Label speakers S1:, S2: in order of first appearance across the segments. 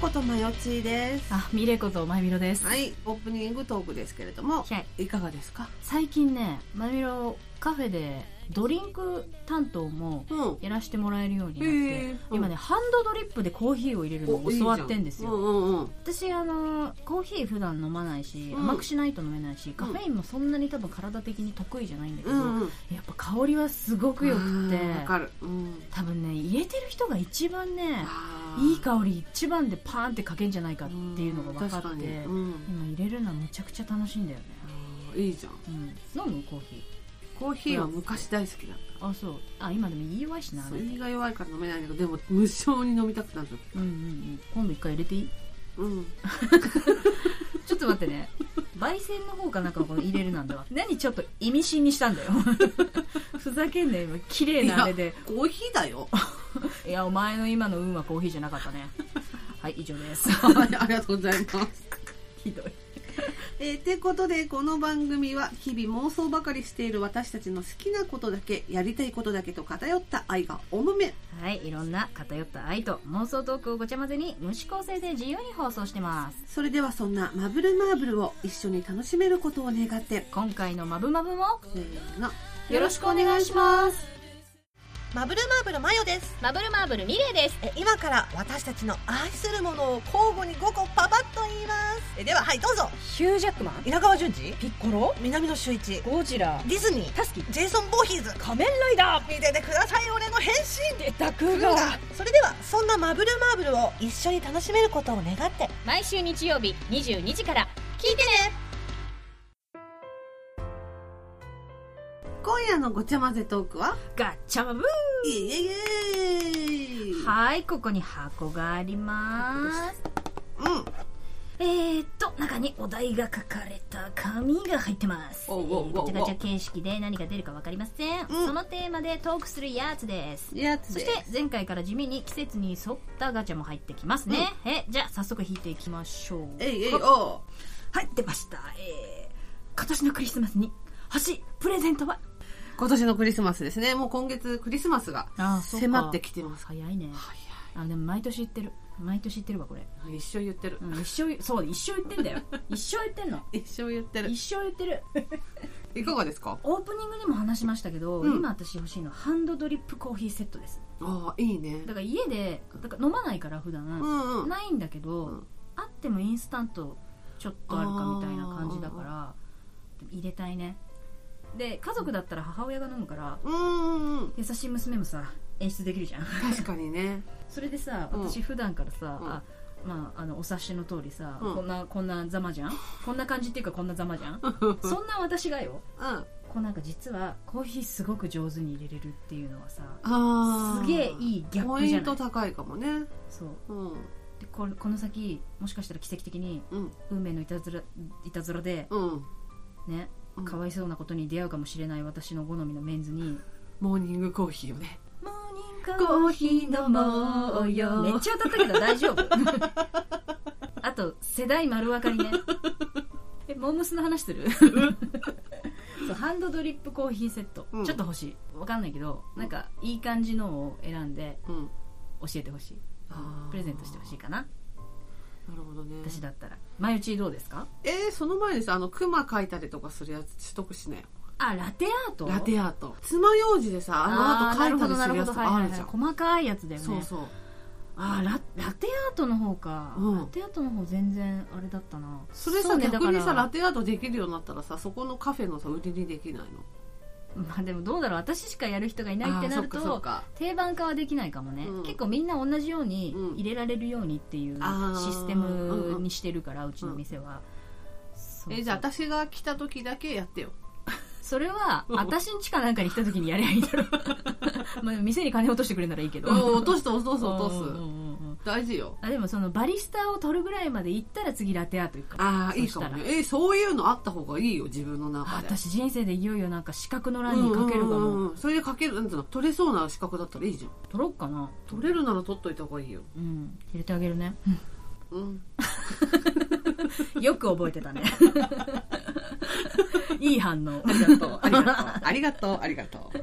S1: ことまよちです
S2: あ、ミレことまゆみろです。
S1: はいオープニングトークですけれども
S2: はい
S1: いかがですか
S2: 最近ね、まゆみろカフェでドリンク担当も
S1: うん
S2: やらしてもらえるようになって、
S1: へー
S2: 今ね、ハンドドリップでコーヒーを入れるのを教わってんですよ。
S1: おいいじゃんうんうんうん
S2: 私、あの、コーヒー普段飲まないし、
S1: うん
S2: 甘くしないと飲めないし、カフェインもそんなに多分体的に得意じゃないんだけど、
S1: うんうん
S2: やっぱ香りはすごく良くて
S1: あ、ーわかるうん
S2: 多分ね、入れてる人が一番ね、
S1: あー
S2: いい香り一番でパーンってかけんじゃないかっていうのが分
S1: う
S2: か
S1: ん確か
S2: っ
S1: に
S2: て、
S1: うん
S2: 今入れるのはむちゃくちゃ楽しいんだよね、
S1: あーいいじゃん
S2: うん、飲むコーヒ
S1: コーヒーは昔大好きだっ
S2: ーあそうあ今でも言いわいしたなあれ
S1: そ
S2: う
S1: う
S2: うん
S1: 胃が弱いから飲めないんだけどでも無性に飲みたくなる
S2: うんうん今度一回入れていい
S1: うん
S2: ちょっと待ってね焙煎の方かなんかをこの入れるなんだわ 何ちょっと意味深にしたんだよ ふざけんなよ今綺麗なあれで
S1: コーヒーだよ
S2: いやお前の今の運はコーヒーじゃなかった ねはい以上です
S1: はいありがとうございます
S2: ひどい
S1: えー、てことでこの番組は日々妄想ばかりしている私たちの好きなことだけやりたいことだけと偏った愛がおむめ
S2: はいいろんな偏った愛と妄想トークをごちゃ混ぜに無視構成で自由に放送してます
S1: それではそんなマブルマーブルを一緒に楽しめることを願って
S2: 今回の「まぶまぶ」も
S1: せーの
S2: よろしくお願いします
S3: マブルマーブルマヨです
S2: マブルマーブルミレイです
S3: え今から私たちの愛するものを交互に5個パパッと言いますえでははいどうぞ
S2: ヒュージャックマン
S3: 稲川淳二
S2: ピッコロ
S3: 南野周一
S2: ゴジラ
S3: ディズニー
S2: タスキ
S3: ジェイソン・ボーヒーズ
S2: 仮面ライダ
S3: 見ててください俺の変身
S2: ーでダ
S3: う
S2: ク
S3: わそれではそんなマブルマーブルを一緒に楽しめることを願って
S4: 毎週日曜日22時から聞いてね
S1: 今夜のごちゃ混ぜトークは
S2: ガッチャマブ
S1: イエイエイエイ
S2: ーはいここに箱があります
S1: うん
S2: えー、っと中にお題が書かれた紙が入ってます
S1: おうおうおうおう
S2: えーガチャガチャ形式で何が出るか分かりません、
S1: うん
S2: そのテーマでトークするやつです
S1: やつ
S2: そ
S1: で
S2: して前回から地味に季節に沿ったガチャも入ってきますね、えじゃあ早速引いていきましょう
S1: えいえいお
S2: はい出ましたえー、今年のクリスマスに欲しいプレゼントは
S1: う今年のクリスマスですねもう今月クリスマスが
S2: あそうか
S1: 迫ってきてます
S2: 早いね
S1: 早
S2: あでも毎年言ってる毎年言ってるわこれ、
S1: い一生言ってる、
S2: うん、一生そう一生言って んだよ一生言ってんの
S1: 一生言ってる
S2: 一生言ってる
S1: いかがですか
S2: オープニングでも話しましたけど、
S1: うん
S2: 今私欲しいのはハンドドリップコーヒーセットです
S1: ああいいね
S2: だから家でだから飲まないから普
S1: う
S2: 段、
S1: んうん
S2: ないんだけど、
S1: うん
S2: あってもインスタントちょっとあるかみたいな感じだから入れたいねで家族だったら母親が飲むから
S1: うんうん
S2: 優しい娘もさ演出できるじゃん
S1: 確かにね
S2: それでさ
S1: うん
S2: 私普段からさ、
S1: うん
S2: あまあ、あのお察しの通りさ、
S1: うん
S2: こんなこんなざまじゃんこんな感じっていうかこんなざまじゃんそんな私がよ
S1: うんあ
S2: こうなんか実はコーヒーすごく上手に入れれるっていうのはさ
S1: あ
S2: すげえいいギャッ
S1: ポ
S2: プ
S1: イ
S2: じゃ
S1: ン
S2: な
S1: ト
S2: い
S1: 高いかもね
S2: そう
S1: うん
S2: でここの先もしかしたら奇跡的に
S1: うん
S2: 運命のいたずらいたずらで
S1: うん
S2: ね
S1: うん
S2: かわいそうなことに出会うかもしれない私の好みのメンズに
S1: モーニングコーヒーをね
S2: 「モーニングコーヒー飲もうよ」めっちゃ歌ったけど大丈夫 あと世代丸分かりねえモームスの話するそうハンドドリップコーヒーセット、
S1: うん
S2: ちょっと欲しいわかんないけどなんかいい感じのを選んで
S1: うん
S2: 教えてほしい
S1: あー
S2: プレゼントしてほしいかな
S1: なるほどね
S2: 私だったら前打ちどうですか
S1: えー、その前にさあのクマ描いたりとかするやつ取得しね
S2: あラテアート
S1: ラテアート爪楊枝でさあの後描いたりするやつ
S2: ーなほどなほどはい
S1: あ
S2: はい
S1: る
S2: は
S1: じ
S2: い
S1: ゃん
S2: 細かいやつだよね
S1: そうそう
S2: あーララテアートの方か、
S1: うん
S2: ラテアートの方全然あれだったな
S1: それ
S2: そ
S1: さ、
S2: うね
S1: 逆にさ
S2: だから
S1: ラテアートできるようになったらさそこのカフェのさ売りにできないの
S2: まあでもどうだろう私しかやる人がいないって
S1: あー
S2: なる
S1: そっ
S2: と
S1: か
S2: 定番化はできないかもね、
S1: うん
S2: 結構みんな同じように
S1: うん
S2: 入れられるようにっていう
S1: あー
S2: システムにしてるから、うちの店は、
S1: そ
S2: そ
S1: っ
S2: う
S1: かえじゃあ私が来た時だけやってよ
S2: それは
S1: うん
S2: 私ん家かなんかに来た時にやりゃいいだ ろうまあでも店に金落としてくれるならいいけど
S1: うん落として落とす落と
S2: うんうんう
S1: す
S2: んうん
S1: 大事よ
S2: あでもそのバリスタを取るぐらいまで行ったら次ラテアート行くから
S1: ああいい
S2: そ
S1: か
S2: した
S1: も
S2: ら
S1: ねえそういうのあった方がいいよ自分の
S2: あ
S1: 中で
S2: 私人生でいよいよなんか資格の欄にかけるか
S1: う
S2: も、
S1: んうんうんそれでかけるなんつうの取れそうな資格だったらいいじゃん
S2: 取ろっかな
S1: 取れるなら取っといた方がいいよ
S2: うん入れてあげるね
S1: うん
S2: よく覚えて たねいい反応ありがとうありがと
S1: ありがとうありがとう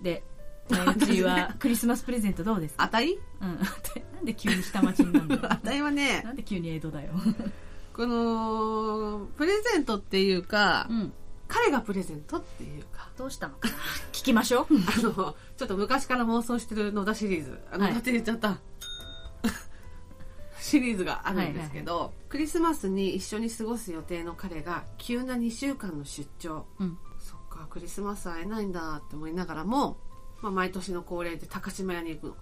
S2: うでうちはクリスマスプレゼントどうですか
S1: あたい
S2: うんでなんで急に下町になん だよ
S1: あたいはね
S2: なんで急に江戸だ よ
S1: このプレゼントっていうか、
S2: うん
S1: 彼がプレゼントっていうか
S2: どうしたのかな聞きましょう
S1: あのちょっと昔から妄想してる野田シリーズあの、
S2: はい
S1: 勝手に言っちゃった シリーズがあるんですけど、クリスマスに一緒に過ごす予定の彼が急な2週間の出張
S2: うん
S1: そっかクリスマス会えないんだって思いながらも、まあ、毎年の恒例で高島屋に行くの、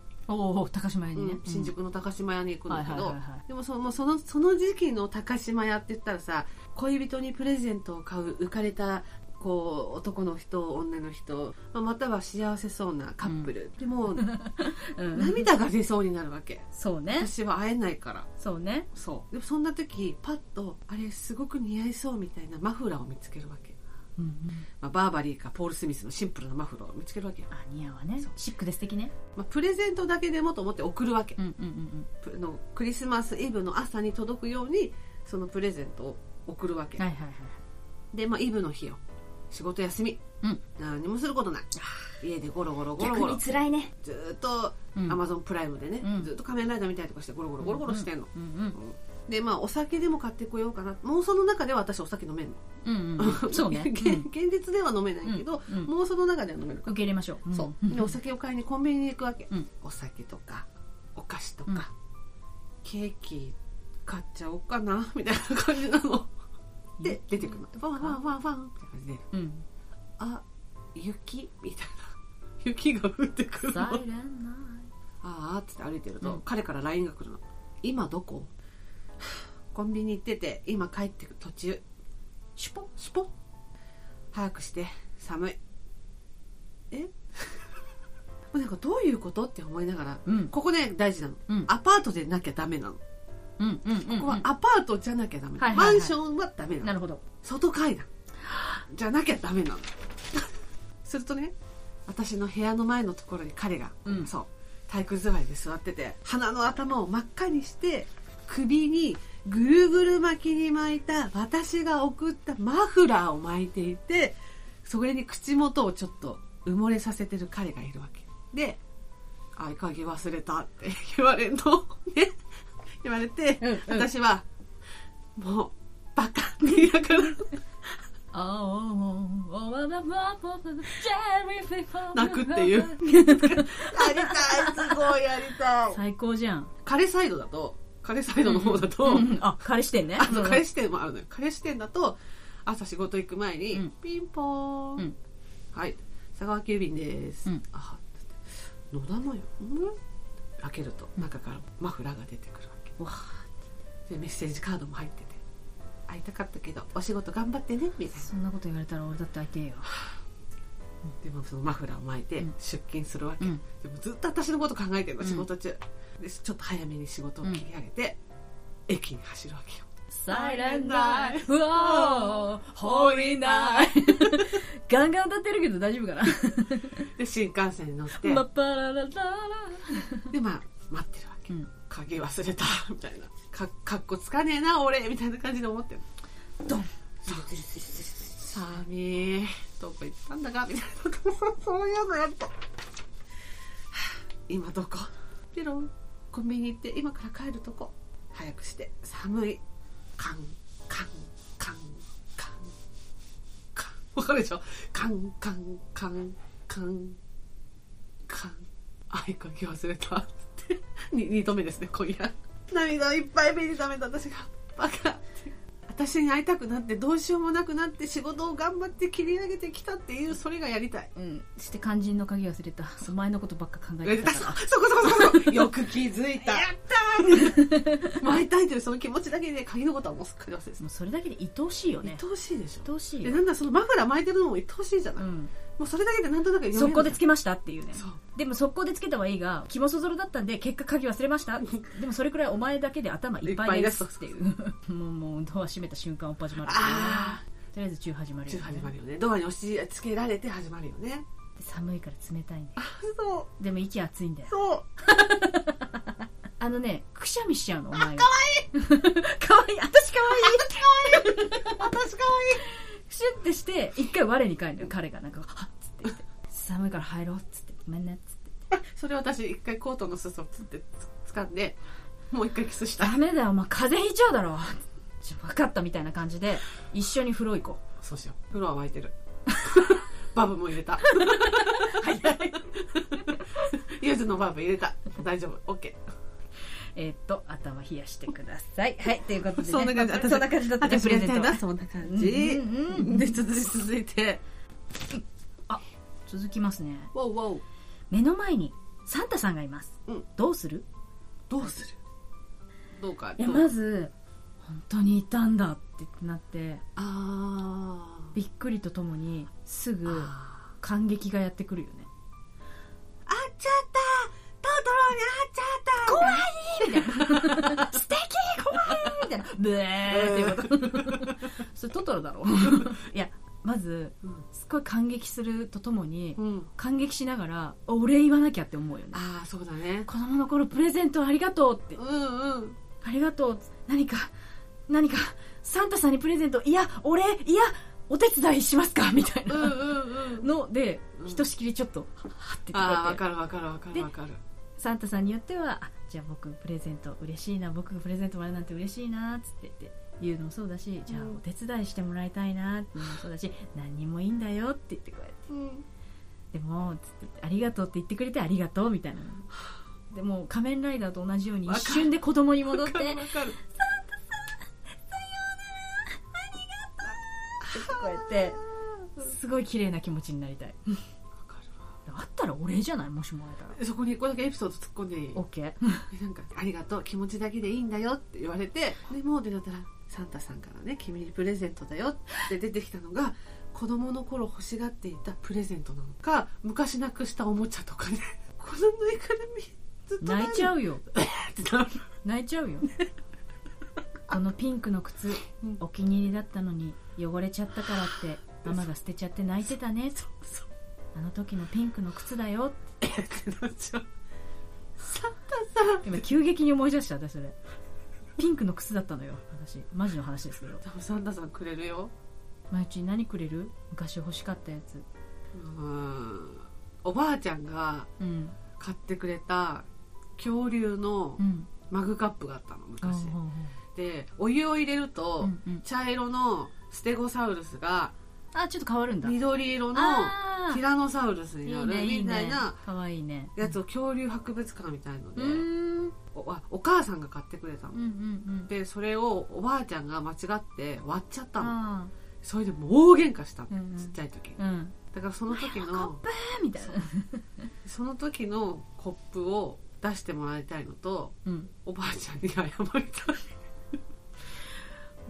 S2: おお高島屋にね、
S1: うん新宿の高島屋に行くんだけど、
S2: はいはいはいはい
S1: でもそのそのその時期の高島屋って言ったらさ恋人にプレゼントを買う浮かれたこう男の人女の人、まあ、または幸せそうなカップル、でもう
S2: うんうん
S1: 涙が出そうになるわけ
S2: そうね
S1: 私は会えないから
S2: そうね
S1: そうでもそんな時パッとあれすごく似合いそうみたいなマフラーを見つけるわけ、
S2: うんうん
S1: まあ、バーバリーかポール・スミスのシンプルなマフラーを見つけるわけよ、
S2: あ似合うわね
S1: そう
S2: シックで素敵ね
S1: まあ、プレゼントだけでもと思って送るわけ
S2: うんうんうん
S1: プのクリスマスイブの朝に届くようにそのプレゼントを送るわけ、
S2: うんはいはいはい
S1: で、まあ、イブの日よ仕事休み、
S2: うん
S1: 何もすることない家でゴロゴロゴロ
S2: 逆
S1: ゴ
S2: に
S1: ロ
S2: 辛いね
S1: ずーっと
S2: うん
S1: アマゾンプライムでね、
S2: うん
S1: ずーっと仮面ライダーみたいとかしてゴロゴロゴロゴロしてんの、
S2: うん
S1: うんでまあお酒でも買ってこようかな妄想の中では私お酒飲めんの、
S2: うんうんうんうん そうね
S1: 現
S2: うん
S1: 現実では飲めないけど、
S2: うんうん
S1: 妄想の中では飲めるから
S2: 受け入れましょう
S1: そうんでお酒を買いにコンビニに行くわけ、
S2: うん
S1: お酒とかお菓子とか、
S2: うん
S1: ケーキ買っちゃおうかなみたいな感じなので出てくるのファンファンファンファンって感じで
S2: うん
S1: あ雪みたいな雪が降ってくるの
S2: サ
S1: あ
S2: イレンナ
S1: あーっつって歩いてると、
S2: うん
S1: 彼から LINE が来るの今どこコンビニ行ってて今帰ってく途中シュポシュポ早くして寒いえもうなんかどういうことって思いながら
S2: イトうん
S1: ここね大事なの、
S2: うん
S1: アパートでなきゃダメなのこ
S2: うんうんうんうん
S1: こはアパートじゃなきゃダメなの、
S2: はいはいはい
S1: マンションはダメなの
S2: なるほど
S1: 外階段じゃなきゃダメなのするとね私の部屋の前のところに彼が、
S2: うん
S1: そう体育座りで座ってて鼻の頭を真っ赤にして首にぐるぐる巻きに巻いた私が送ったマフラーを巻いていてそれに口元をちょっと埋もれさせてる彼がいるわけで「合鍵忘れた」って言われるのね言われて、
S2: うんうん
S1: 私はもうバカって言いながら
S2: 泣
S1: 泣くっていうやりたいすごいやりた
S2: 最高じゃん
S1: 彼サイドだと彼サイドの方だと、
S2: うんうんあ彼氏してんね
S1: あと彼視点もあるのよ彼視点だと朝仕事行く前に、
S2: うん
S1: ピンポーン、
S2: うん
S1: はい佐川急便です、
S2: うん
S1: あつって野田のよ、うん、開けると中からマフラーが出てくるわけ
S2: わ
S1: でメッセージカードも入ってて会いたかったけどお仕事頑張ってねみたいな
S2: そんなこと言われたら俺だって会いてえよ
S1: でもそのマフラーを巻いて
S2: うん
S1: 出勤するわけ、
S2: うん
S1: でもずっと私のこと考えてるの
S2: うん
S1: 仕事中、でちょっと早めに仕事を切り上げて、駅に走るわけよ
S2: サイレンナイトうわーホーリーナイト ガンガン歌ってるけど大丈夫かな
S1: で新幹線に乗って、
S2: バッパララララ
S1: でまあ待ってるわけ、
S2: うん
S1: 鍵忘れたみたいなかかっこつかねえな俺みたいな感じで思ってる
S2: ドン
S1: さあみーどこ行ったんだかみたいなそういうのやったはあ今どこピロンコンビニ行って今から帰るとこ早くして寒いカンカンカンカンカンわかるでしょカンカンカンカンカン合鍵忘れた って2度目ですね今夜涙をいっぱい目にためた私がバカって私に会いたくなってどうしようもなくなって仕事を頑張って切り上げてきたっていうそれがやりたい
S2: うんして肝心の鍵忘れたお前のことばっか考えてたから
S1: そこそこそこそこ よく気づいたやった巻いたいというその気持ちだけで鍵のことはもうすっかり忘れて
S2: もうそれだけで愛おしいよ
S1: た、
S2: ね
S1: 愛おしいでし
S2: 愛
S1: ょ
S2: おしい
S1: で
S2: よ
S1: なんだそのマフラー巻いてるのも愛おしいじゃない、
S2: うん
S1: もうそれだけでなんとなく
S2: 速攻でつ
S1: け
S2: けましたっていうね
S1: そう
S2: でも速攻でつけたはいいが気もそぞろだったんで結果鍵忘れましたでもそれくらいお前だけで頭いっぱいですっていうもうもうドア閉めた瞬間おっ始まる
S1: あ
S2: とりあえず中始まる
S1: 中
S2: よね
S1: 始まるよねドアに押し付けられて始まるよね
S2: で寒いから冷たいんだよ
S1: そう
S2: でも息熱いんだよ
S1: そう
S2: あのねくしゃみしちゃうのお前 かわいいかわいい私かわいい
S1: 私が
S2: シュッてして一回我に返るのよ彼がなんか「はっ」つって言って寒いから入ろう」っつって真夏
S1: それ私一回コートの裾をつってつ掴んでもう一回キスした
S2: ダメだよお前風邪ひいちゃうだろちょ分かったみたいな感じで一緒に風呂行こ
S1: そうしよう風呂は沸いてる バブも入れた
S2: うはい
S1: ゆずのバブ入れた大丈夫 OK
S2: えーっと頭冷やしてくださいはいということで、ね、
S1: そんな感じ私
S2: そんな感じだったね
S1: 私
S2: プレゼント
S1: やりたい
S2: は
S1: なそんな感じ、
S2: うんうんうん
S1: で続い続いて
S2: 続きますね
S1: わおわお
S2: 目の前にサンタさんがいます、
S1: うん
S2: どうする
S1: どうするどうか
S2: いや
S1: どう
S2: まず本当にいたんだってなって
S1: あー
S2: びっくりとともにすぐ
S1: あ
S2: 感激がやってくるよね
S1: ーあっちゃったトトロにあっちゃった
S2: 怖いみたいな素敵怖いみたいなブーっていうことそれトトロだろいやまず
S1: うん
S2: すごい感激するとともに
S1: うん、
S2: 感激しながらお礼言わなきゃって思うよね
S1: ああそうだね
S2: 子供の頃プレゼントありがとうって
S1: うんうん
S2: ありがとう何か何かサンタさんにプレゼントいやお礼いやお手伝いしますかみたい
S1: うんう
S2: なん
S1: うん
S2: ので、
S1: うん
S2: ひとしきりちょっとははって聞こえ
S1: あ
S2: て
S1: あ分かる分かる分かる分かる
S2: サンタさんによってはあ「じゃあ僕プレゼント嬉しいな僕がプレゼントもらうなんて嬉しいな」っつってって言うのもそうだし「じゃあ
S1: うん
S2: お手伝いしてもらいたいな」っていうのもそうだし「何にもいいんだよ」って言ってこうやって
S1: うん
S2: 「でも」つって「ありがとう」って言ってくれて「ありがとう」みたいなでもう仮面ライダーと同じように
S1: わか
S2: 一
S1: る
S2: 瞬で子供に戻っ
S1: 分
S2: て
S1: かる分かる
S2: こうやってすごい綺麗な気持ちになりたい
S1: わか
S2: あったらお礼じゃないもしもらえたら
S1: るそこに一個だけエピソード突っ込んでいい
S2: OK
S1: なんか「ありがとう気持ちだけでいいんだよ」って言われてでもうでだったらサンタさんからね「君にプレゼントだよ」って出てきたのが子供の頃欲しがっていたプレゼントなのか昔なくしたおもちゃとかねこのぬいぐるみずっと
S2: 泣いちゃ
S1: う
S2: うよ
S1: ってなる
S2: 泣いち ゃうよこのピンクの靴
S1: うん
S2: お気に入りだったのに汚れちゃったか らってママが捨てちゃって泣いてたね
S1: そう
S2: あの時のピンクの靴だよ
S1: ってなっちゃう サンタさん
S2: 今急激に思い出した私それピンクの靴だったのよ私マジの話ですけど
S1: 多分サンタさんくれるよ
S2: 毎日何くれる昔欲しかったやつ
S1: うーんおばあちゃんが
S2: うん
S1: 買ってくれた恐竜の
S2: うん
S1: マグカップがあったの
S2: おうおう
S1: 昔でお湯を入れると、
S2: おううんうん
S1: 茶色のステゴサウルスが
S2: あちょっと変わるんだ
S1: 緑色の
S2: あー
S1: ティラノサウルス
S2: い
S1: にないる
S2: ねいい
S1: みたい
S2: ね
S1: な
S2: かわいいね
S1: やつを恐竜博物館みたいの
S2: う
S1: で
S2: ーんうん
S1: おあお母さんが買ってくれたの
S2: うんうん
S1: でそれをおばあちゃんが間違って割っちゃったの
S2: あ
S1: それでもう大喧嘩したの
S2: うんうん
S1: ちっちゃい時
S2: ーうん
S1: だからその時
S2: カッ
S1: の
S2: プみたいな
S1: その時のコップを出してもらいたいのと
S2: うん
S1: おばあちゃんに謝りたい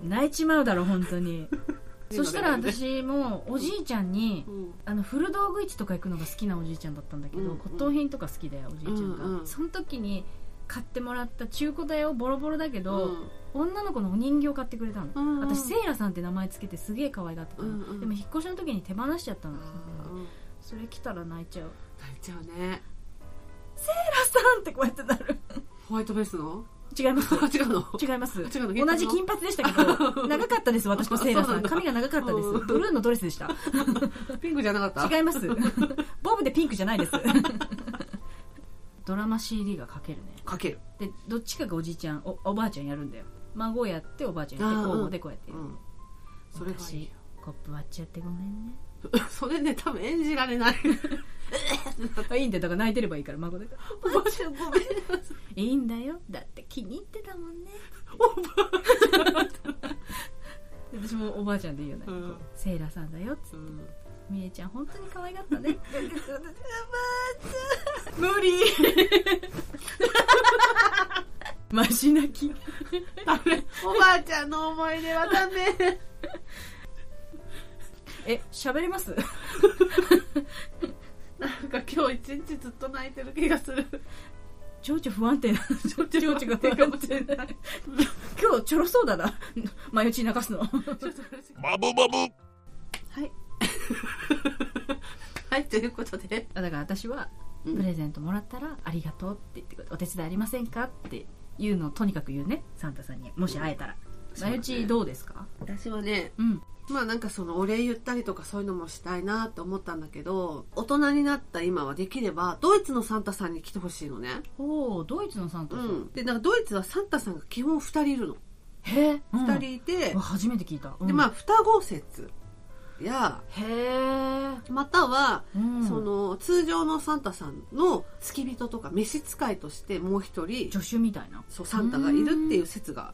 S2: 泣いちまうだろ本 当に そしたら
S1: 今だよね
S2: 私もおじいちゃんに
S1: うん
S2: あの古道具市とか行くのが好きなおじいちゃんだったんだけど、
S1: うんうん
S2: 骨董品とか好きでおじいちゃんが、
S1: うんうん
S2: その時に買ってもらった中古だよボロボロだけ
S1: う
S2: ど、
S1: ん
S2: 女の子のお人形買ってくれたの、
S1: うんうん
S2: 私せいやさんって名前つけてすげえ可愛がってたの、
S1: うんうん
S2: でも引っ越しの時に手放しちゃったの、
S1: あーうん
S2: それ来たら泣いちゃう 「
S1: 泣いちゃうね
S2: ラさん!」ってこうやってなる
S1: ホワイトベースの
S2: 違います
S1: あ違うの
S2: 違います
S1: 違うの銀髪の
S2: 同じ金髪でしたけ ど長かったです私とセイラ
S1: そうなん
S2: さん
S1: だ
S2: 髪が長かったです
S1: うん
S2: ブルーのドレスでした
S1: ピンクじゃなかった
S2: 違います ボブでピンクじゃないですドラマ CD が書けるね
S1: かける
S2: でどっちかがおじいちゃんおおばあちゃんやるんだよ孫やっておばあちゃんやって
S1: あー
S2: 交
S1: う
S2: 互
S1: ん
S2: でこうやってやる、
S1: うんそれがいいよ
S2: コップ割っちゃってごめんね
S1: それね多分演じられ ない
S2: いいんだよだから泣いてればいいから孫で
S1: おばあちゃんごめん
S2: いいんだよだって気に入ってたもんねおばあちゃん 私もおばあちゃんでいいよね、
S1: うん
S2: こうセイラさんだよつみえちゃん本当に可愛がった ね無理 マジ泣き
S1: ダメおばあちゃんの思い出はダメ
S2: え喋れます
S1: なんか今日一日ずっと泣いてる気がする
S2: 情緒不安定な情緒が不安定な今日ちょろそうだな前打ち泣かすの
S1: はいはいということで
S2: だから私は
S1: うん
S2: プレゼントもらったら「ありがとう」って言ってくる「お手伝いありませんか?」っていうのをとにかく言うねサンタさんにもし会えたら
S1: そう
S2: 前
S1: ね
S2: 打ちどうですか
S1: 私はね
S2: うん
S1: まあなんかそのお礼言ったりとかそういうのもしたいなって思ったんだけど大人になった今はできればドイツのサンタさんに来てほしいのね
S2: おおドイツのサンタ
S1: う
S2: さん、
S1: んでなんかドイツはサンタさんが基本2人いるの
S2: へえ、うん
S1: 2人いて、
S2: わ初めて聞いた、うん
S1: でまあ双子説や
S2: へえ、
S1: または、
S2: うん、
S1: その通常のサンタさんの付き人とか召使いとしてもう一人
S2: 助手みたいな
S1: そうサンタがいるっていう説が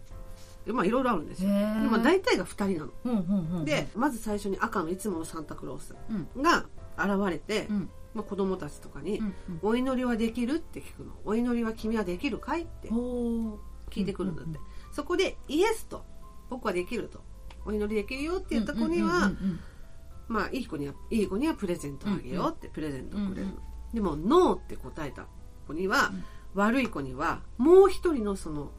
S1: まあいろいろあるんです
S2: へ
S1: よで
S2: え
S1: まあ大体が2人なの
S2: うんうんうん
S1: でまず最初に赤のいつものサンタクロース
S2: うん
S1: が現れて、
S2: うん
S1: まあ、子供たちとかに、
S2: うん
S1: お祈りはできる?」って聞くの「お祈りは君はできるかい?」って
S2: うんおー
S1: 聞いてくるんだって、
S2: うんう
S1: そこで「イエス」と「僕はできる」と「お祈りできるよ」って言った子には、
S2: うんうんうん
S1: まあいい子にはいい子にはプレゼントあげようってプレゼントをくれる、
S2: うんうん
S1: でも「ノー」って答えた子には、悪い子にはもう一人のその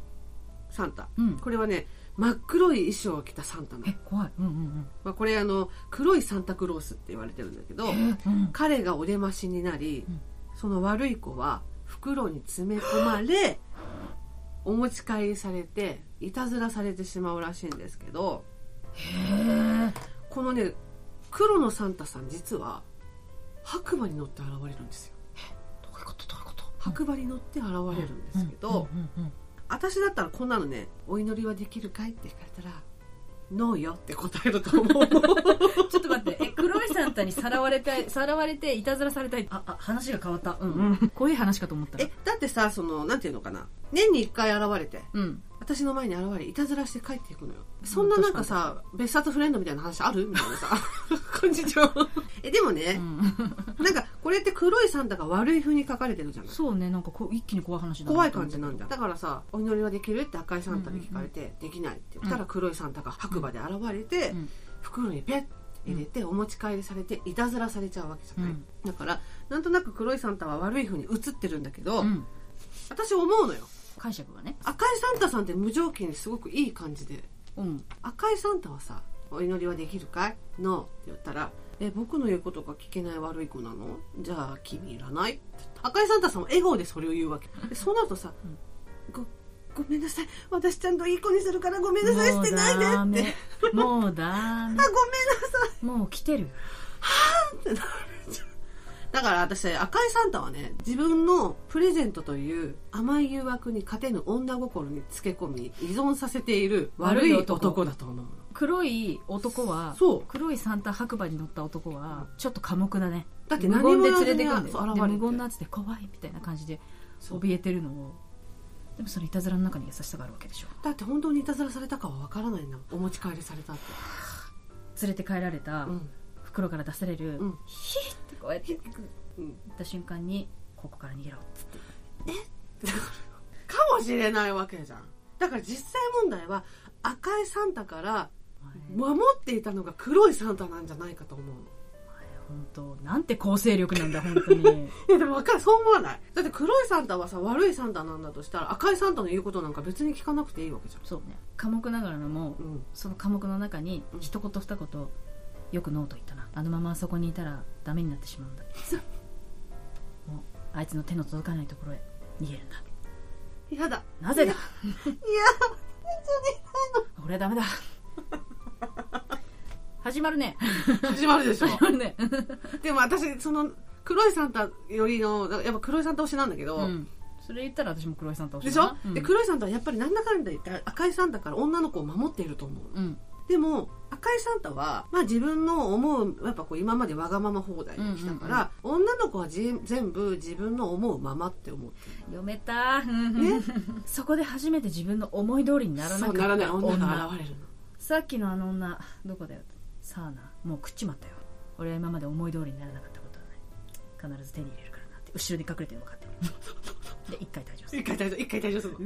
S1: サンタ、
S2: うん
S1: これはね真っ黒い衣装を着たサンタな
S2: え
S1: の、
S2: 怖いうんうん
S1: まあ、これあの黒いサンタクロースって言われてるんだけど、
S2: うんえうん
S1: 彼がお出ましになり、
S2: うん
S1: その悪い子は袋に詰め込まれお持ち帰りされていたずらされてしまうらしいんですけど
S2: へえ
S1: このね黒のサンタさん実は白馬に乗って現れるんですよ
S2: どういうことどういうこと
S1: 白馬に乗って現れるんですけど、
S2: うんうんうん
S1: 私だったらこんなのね「お祈りはできるかい?」って聞かれたら「ノーよ」って答えると思 う
S2: うんちょっと待ってえ黒いサンタにさらわれ たいさらわれていたずらされたいああ話が変わったうんうんこういう話かと思ったら
S1: えだってさそのなんていうのかな年に1回現れて
S2: うん
S1: 私の前に現れいたずらして帰っていくのよそんななんかさ別冊フレンドみたいな話あるみたい なさこんにちはえでも
S2: う
S1: ね、
S2: ん
S1: なんかこれって黒いサンタが悪い風に書かれてるじゃない
S2: そうねなんかこう一気に怖い話だ
S1: 怖い感じなんだ
S2: だ
S1: だからさ「お祈りはできる?」って赤いサンタに聞かれて「できない」って言った
S2: う
S1: ら黒いサンタが白馬で現れて、
S2: うん
S1: 袋にペッて入れてお持ち帰りされていたずらされちゃうわけじゃない、
S2: うん
S1: だからなんとなく黒いサンタは悪い風に映ってるんだけど、
S2: うん
S1: 私思うのよ
S2: 解釈がね
S1: 赤いサンタさんって無条件にすごくいい感じで
S2: うん
S1: 赤いサンタはさ「お祈りはできるかい?」「ノー」って言ったら「え僕の言うことが聞けない悪い子なのじゃあ君いらない」って言って赤いサンタさんも笑顔でそれを言う わけでそうなるとさ「ごごめんなさい私ちゃんといい子にするからごめんなさいしてないで」って「
S2: もうダメ
S1: あご
S2: もう来てる
S1: めんなさい」ってなるじゃんだから私赤いサンタはね自分のプレゼントという甘い誘惑に勝てぬ女心につけ込み依存させている悪い男だと思うの
S2: 黒い男は
S1: そう
S2: 黒いサンタ白馬に乗った男はちょっと寡黙だね
S1: だって
S2: 無
S1: 何
S2: 言
S1: も
S2: で
S1: 言わず
S2: 連れ
S1: に
S2: てくん
S1: そう
S2: だよ
S1: 現れ
S2: で
S1: て
S2: 無言なっつって怖いみたいな感じで怯えてるのをでもそのいたずらの中に優しさがあるわけでしょ
S1: だって本当にいたずらされたかは分からないんだもんお持ち帰りされたって、
S2: 連れて帰られた
S1: うん
S2: 袋から出される、
S1: うん
S2: ヒーってこうやって行
S1: うん、
S2: った瞬間にここから逃げろっつって
S1: かもしれないわけじゃんだから実際問題は赤いサンタから
S2: お前
S1: 守っていたのが黒いサンタなんじゃないかと思うの
S2: 本当なんて構成力なんだ本 当に
S1: いやでも分かるそう思わないだって黒いサンタはさ悪いサンタなんだとしたら赤いサンタの言うことなんか別に聞かなくていいわけじゃ
S2: そうね寡黙ながらも
S1: んうん
S2: その科目の中に
S1: うん
S2: 一言二言よくノーと言ったなあのままあそこにいたらダメになってしまうんだ もうあいつの手の届かないところへ逃げるんだ
S1: やだ
S2: なぜだ
S1: いや
S2: 俺はダメだ始まるね
S1: 始まるでしょ
S2: 始まるね
S1: でも私その黒いサンタよりのやっぱ黒いサンタ推しなんだけど、
S2: うんそれ言ったら私も黒井さんと
S1: でしょ、
S2: うん、
S1: で黒いサンタはやっぱりなんだかんだ言って赤いサンタから女の子を守っていると思うの
S2: うん
S1: でも赤いサンタは、まあ、自分の思うやっぱこう今までわがまま放題できたから、女の子はじ全部自分の思うままって思って
S2: 読めた、
S1: ね
S2: そこで初めて自分の思い通りにならなか
S1: そ
S2: っ
S1: うな
S2: た
S1: らない女が現れるの
S2: さっきのあの女どこだよさあなもう食っちまったよ俺は今まで思い通りにならなかったことはない必ず手に入れるからなって後ろに隠れてるの分かっ てるで一回退場する
S1: 一回退場一回退場するの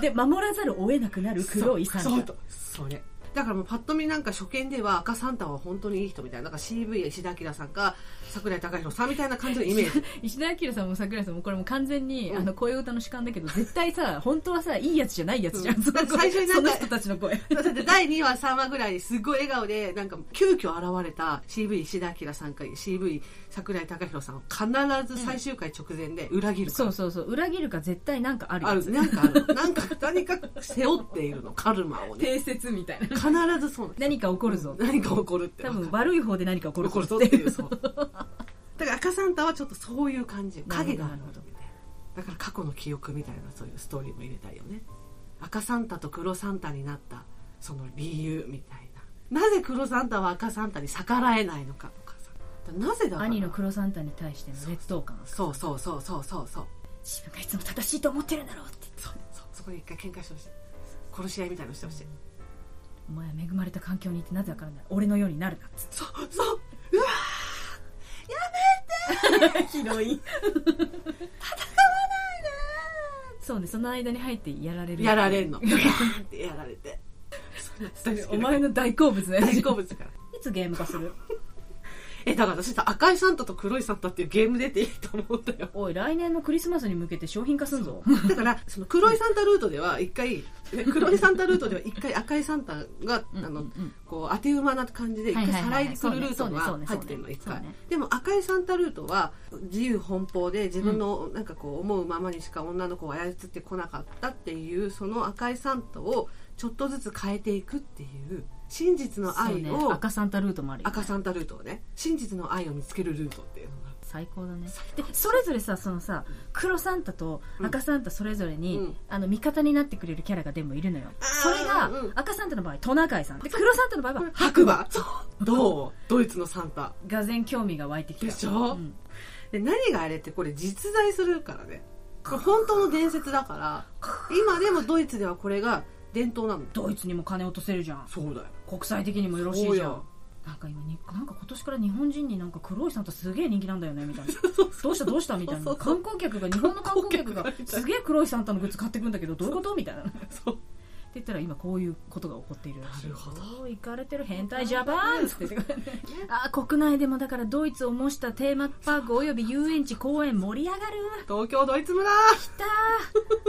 S2: で守らざるを得なくなる黒いサンタ
S1: そうそうそれだからもうパッと見なんか初見では赤サンタは本当にいい人みたいななんか CV 石田明さんか桜井貴弘さんみたいな感じのイメージ
S2: 石田明さんも桜井さんもこれもう完全に、
S1: うん
S2: あの声歌の主観だけど絶対さ本当はさいいやつじゃないやつじゃん、
S1: うん
S2: その声
S1: 最初にな
S2: そ
S1: んか
S2: の人たちの声
S1: だって第2話3話ぐらいにすごい笑顔でなんか急遽現れた CV 石田明さんか CV 桜井貴弘さんを必ず最終回直前で裏切るから、
S2: そうそうそう裏切るか絶対なんかある
S1: あ
S2: や
S1: る
S2: つ
S1: なんかあるなんか何か背負っているのカルマをね
S2: 定説みたいな
S1: 必ずそうなんです
S2: 何か起こるぞ
S1: 何か起こるって
S2: 多分悪い方で何か起こる
S1: 怒る
S2: ぞ
S1: ぞ
S2: っ
S1: ってて
S2: い
S1: いううそう だから赤サンタはちょっとそういう感じ影がある
S2: なるほど
S1: みたいなだから過去の記憶みたいなそういうストーリーも入れたいよね赤サンタと黒サンタになったその理由みたいななぜ黒サンタは赤サンタに逆らえないのかとかさだからなぜだから
S2: 兄の黒サンタに対しての劣等感
S1: そうそうそうそうそうそう
S2: 自分がいつも正しいと思ってるんだろうって
S1: そうそうそこで一回喧嘩してほしい殺し合いみたいのしてほしい
S2: お前は恵まれた環境にいてなぜわからない俺のようになるなっつっ
S1: そうそう
S2: て広い戦わないでそうねその間に入ってやられる
S1: やられん のガーンってやられてそんな大好きだ
S2: お前の大好物 ね
S1: 大好物だから
S2: いつゲーム化する
S1: えだから私さ赤いサンタと黒いサンタっていうゲーム出ていいと思うんだ よ
S2: おい来年のクリスマスに向けて商品化すんぞ
S1: だからその黒いサンタルートでは一回ね黒いサンタルートでは一回赤いサンタがあ
S2: うんうんう
S1: の
S2: ん
S1: こう当て馬な感じで一
S2: はい
S1: 回
S2: はい
S1: さ
S2: は
S1: ら
S2: い
S1: いでくるルートが
S2: そうねそうねそうね
S1: 入ってるの一
S2: そ
S1: 回
S2: うね
S1: でも赤いサンタルートは自由奔放で自分のなんかこう思うままにしか女の子を操ってこなかったっていうその赤いサンタをちょっとずつ変えていくっていう真実の
S2: そう
S1: 愛
S2: ね
S1: を
S2: 赤サンタルートもあるよ
S1: 赤サンタルートをね真実の愛を見つけるルートっていうのが
S2: 最高だね
S1: 最
S2: でそれぞれさそのさ黒サンタと赤サンタそれぞれに、
S1: うん
S2: あの味方になってくれるキャラがでもいるのよ
S1: あー
S2: それが、
S1: うん
S2: 赤サンタの場合トナカイさんで黒サンタの場合は
S1: 白馬どうドイツのサンタ
S2: がぜん興味が湧いてきた
S1: でしょ
S2: うん
S1: で何があれってこれ実在するからねこれ本当の伝説だから今でもドイツではこれが伝統なの
S2: ドイツにも金落とせるじゃん
S1: そうだよ
S2: 国際的にもよろしい
S1: そう
S2: じゃ
S1: よ
S2: んなんか今になんか今年から日本人になんか黒いサンタすげえ人気なんだよねみ たいなどうしたどうしたみたい
S1: そ
S2: な
S1: うそう
S2: 観光客が日本の観光客が
S1: 観光客が
S2: すげえ黒いサンタのグッズ買ってくんだけどどういうことみたいな
S1: そう
S2: って言ったら今こういうことが起こっているらしい
S1: なるほど
S2: おー行かれてる変態ジャパンっつってあー国内でもだからドイツを模したテーマパークおよび遊園地公園盛り上がる
S1: 東京ドイツ村
S2: 来た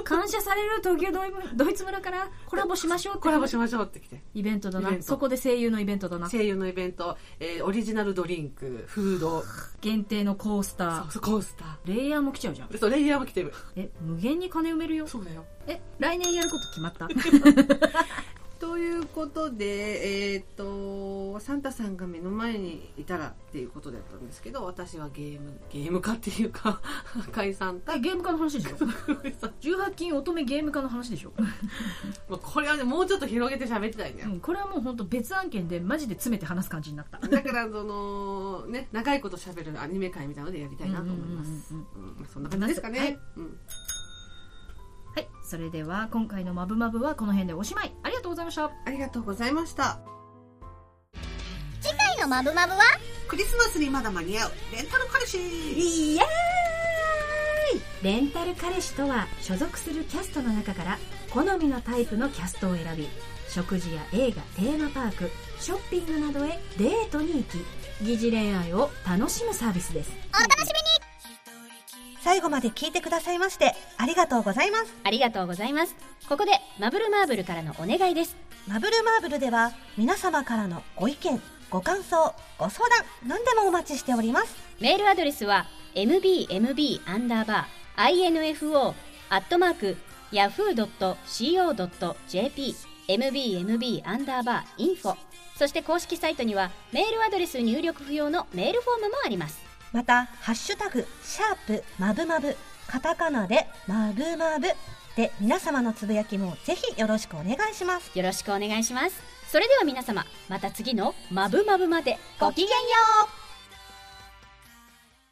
S2: ー感謝される東京ドイムドイツ村からコラボしましょうって
S1: コラボしましょうって来て
S2: イベントだ
S1: イベ
S2: な
S1: ント
S2: そこで声優のイベントだな
S1: 声優のイベント、えーオリジナルドリンクフー ド
S2: 限定のコースタ
S1: そうそうコースター
S2: ーレイヤーも来ちゃうじゃん
S1: でそうレイヤーも来てる
S2: え無限に金埋めるよ
S1: そうだよ
S2: え来年やること決まった
S1: ということで、えー、とサンタさんが目の前にいたらっていうことだったんですけど私はゲームゲーム化っていうか 赤いサンタ
S2: えゲーム化の話 でしょ
S1: 黒いサン
S2: 18禁乙女ゲーム化の話でしょ
S1: タまあこれはねもうちょっと広げて喋りたいね、
S2: うん、これはもう本当別案件でマジで詰めて話す感じになった
S1: だからそのね長いこと喋るアニメ会みたいなのでやりたいなと思います
S2: うんう
S1: う
S2: ん
S1: んまあそんな感じですかね、
S2: はい
S1: うん
S2: はいそれでは今回の「まぶまぶ」はこの辺でおしまいありがとうございました
S1: ありがとうございました
S4: 次回のマブマブは
S1: クリスマスにまだ間に合うレンタル彼氏
S2: イエーイレンタル彼氏とは所属するキャストの中から好みのタイプのキャストを選び食事や映画テーマパークショッピングなどへデートに行き疑似恋愛を楽しむサービスです
S3: 最後まで聞いてくださいましてありがとうございます
S4: ありがとうございますここでマブルマーブルからのお願いです
S3: マブルマーブルでは皆様からのご意見ご感想ご相談何でもお待ちしております
S4: メールアドレスは mbmb アンダーバー info アットマーク yahoo.co.jp mbmb アンダーバー info そして公式サイトにはメールアドレス入力不要のメールフォームもあります
S3: また「ハッシュタグシャープマブマブ」カタカナで「マブマブ」で皆様のつぶやきもぜひよろしくお願いします
S4: よろしくお願いしますそれでは皆様また次のマブマブまでごきげんよう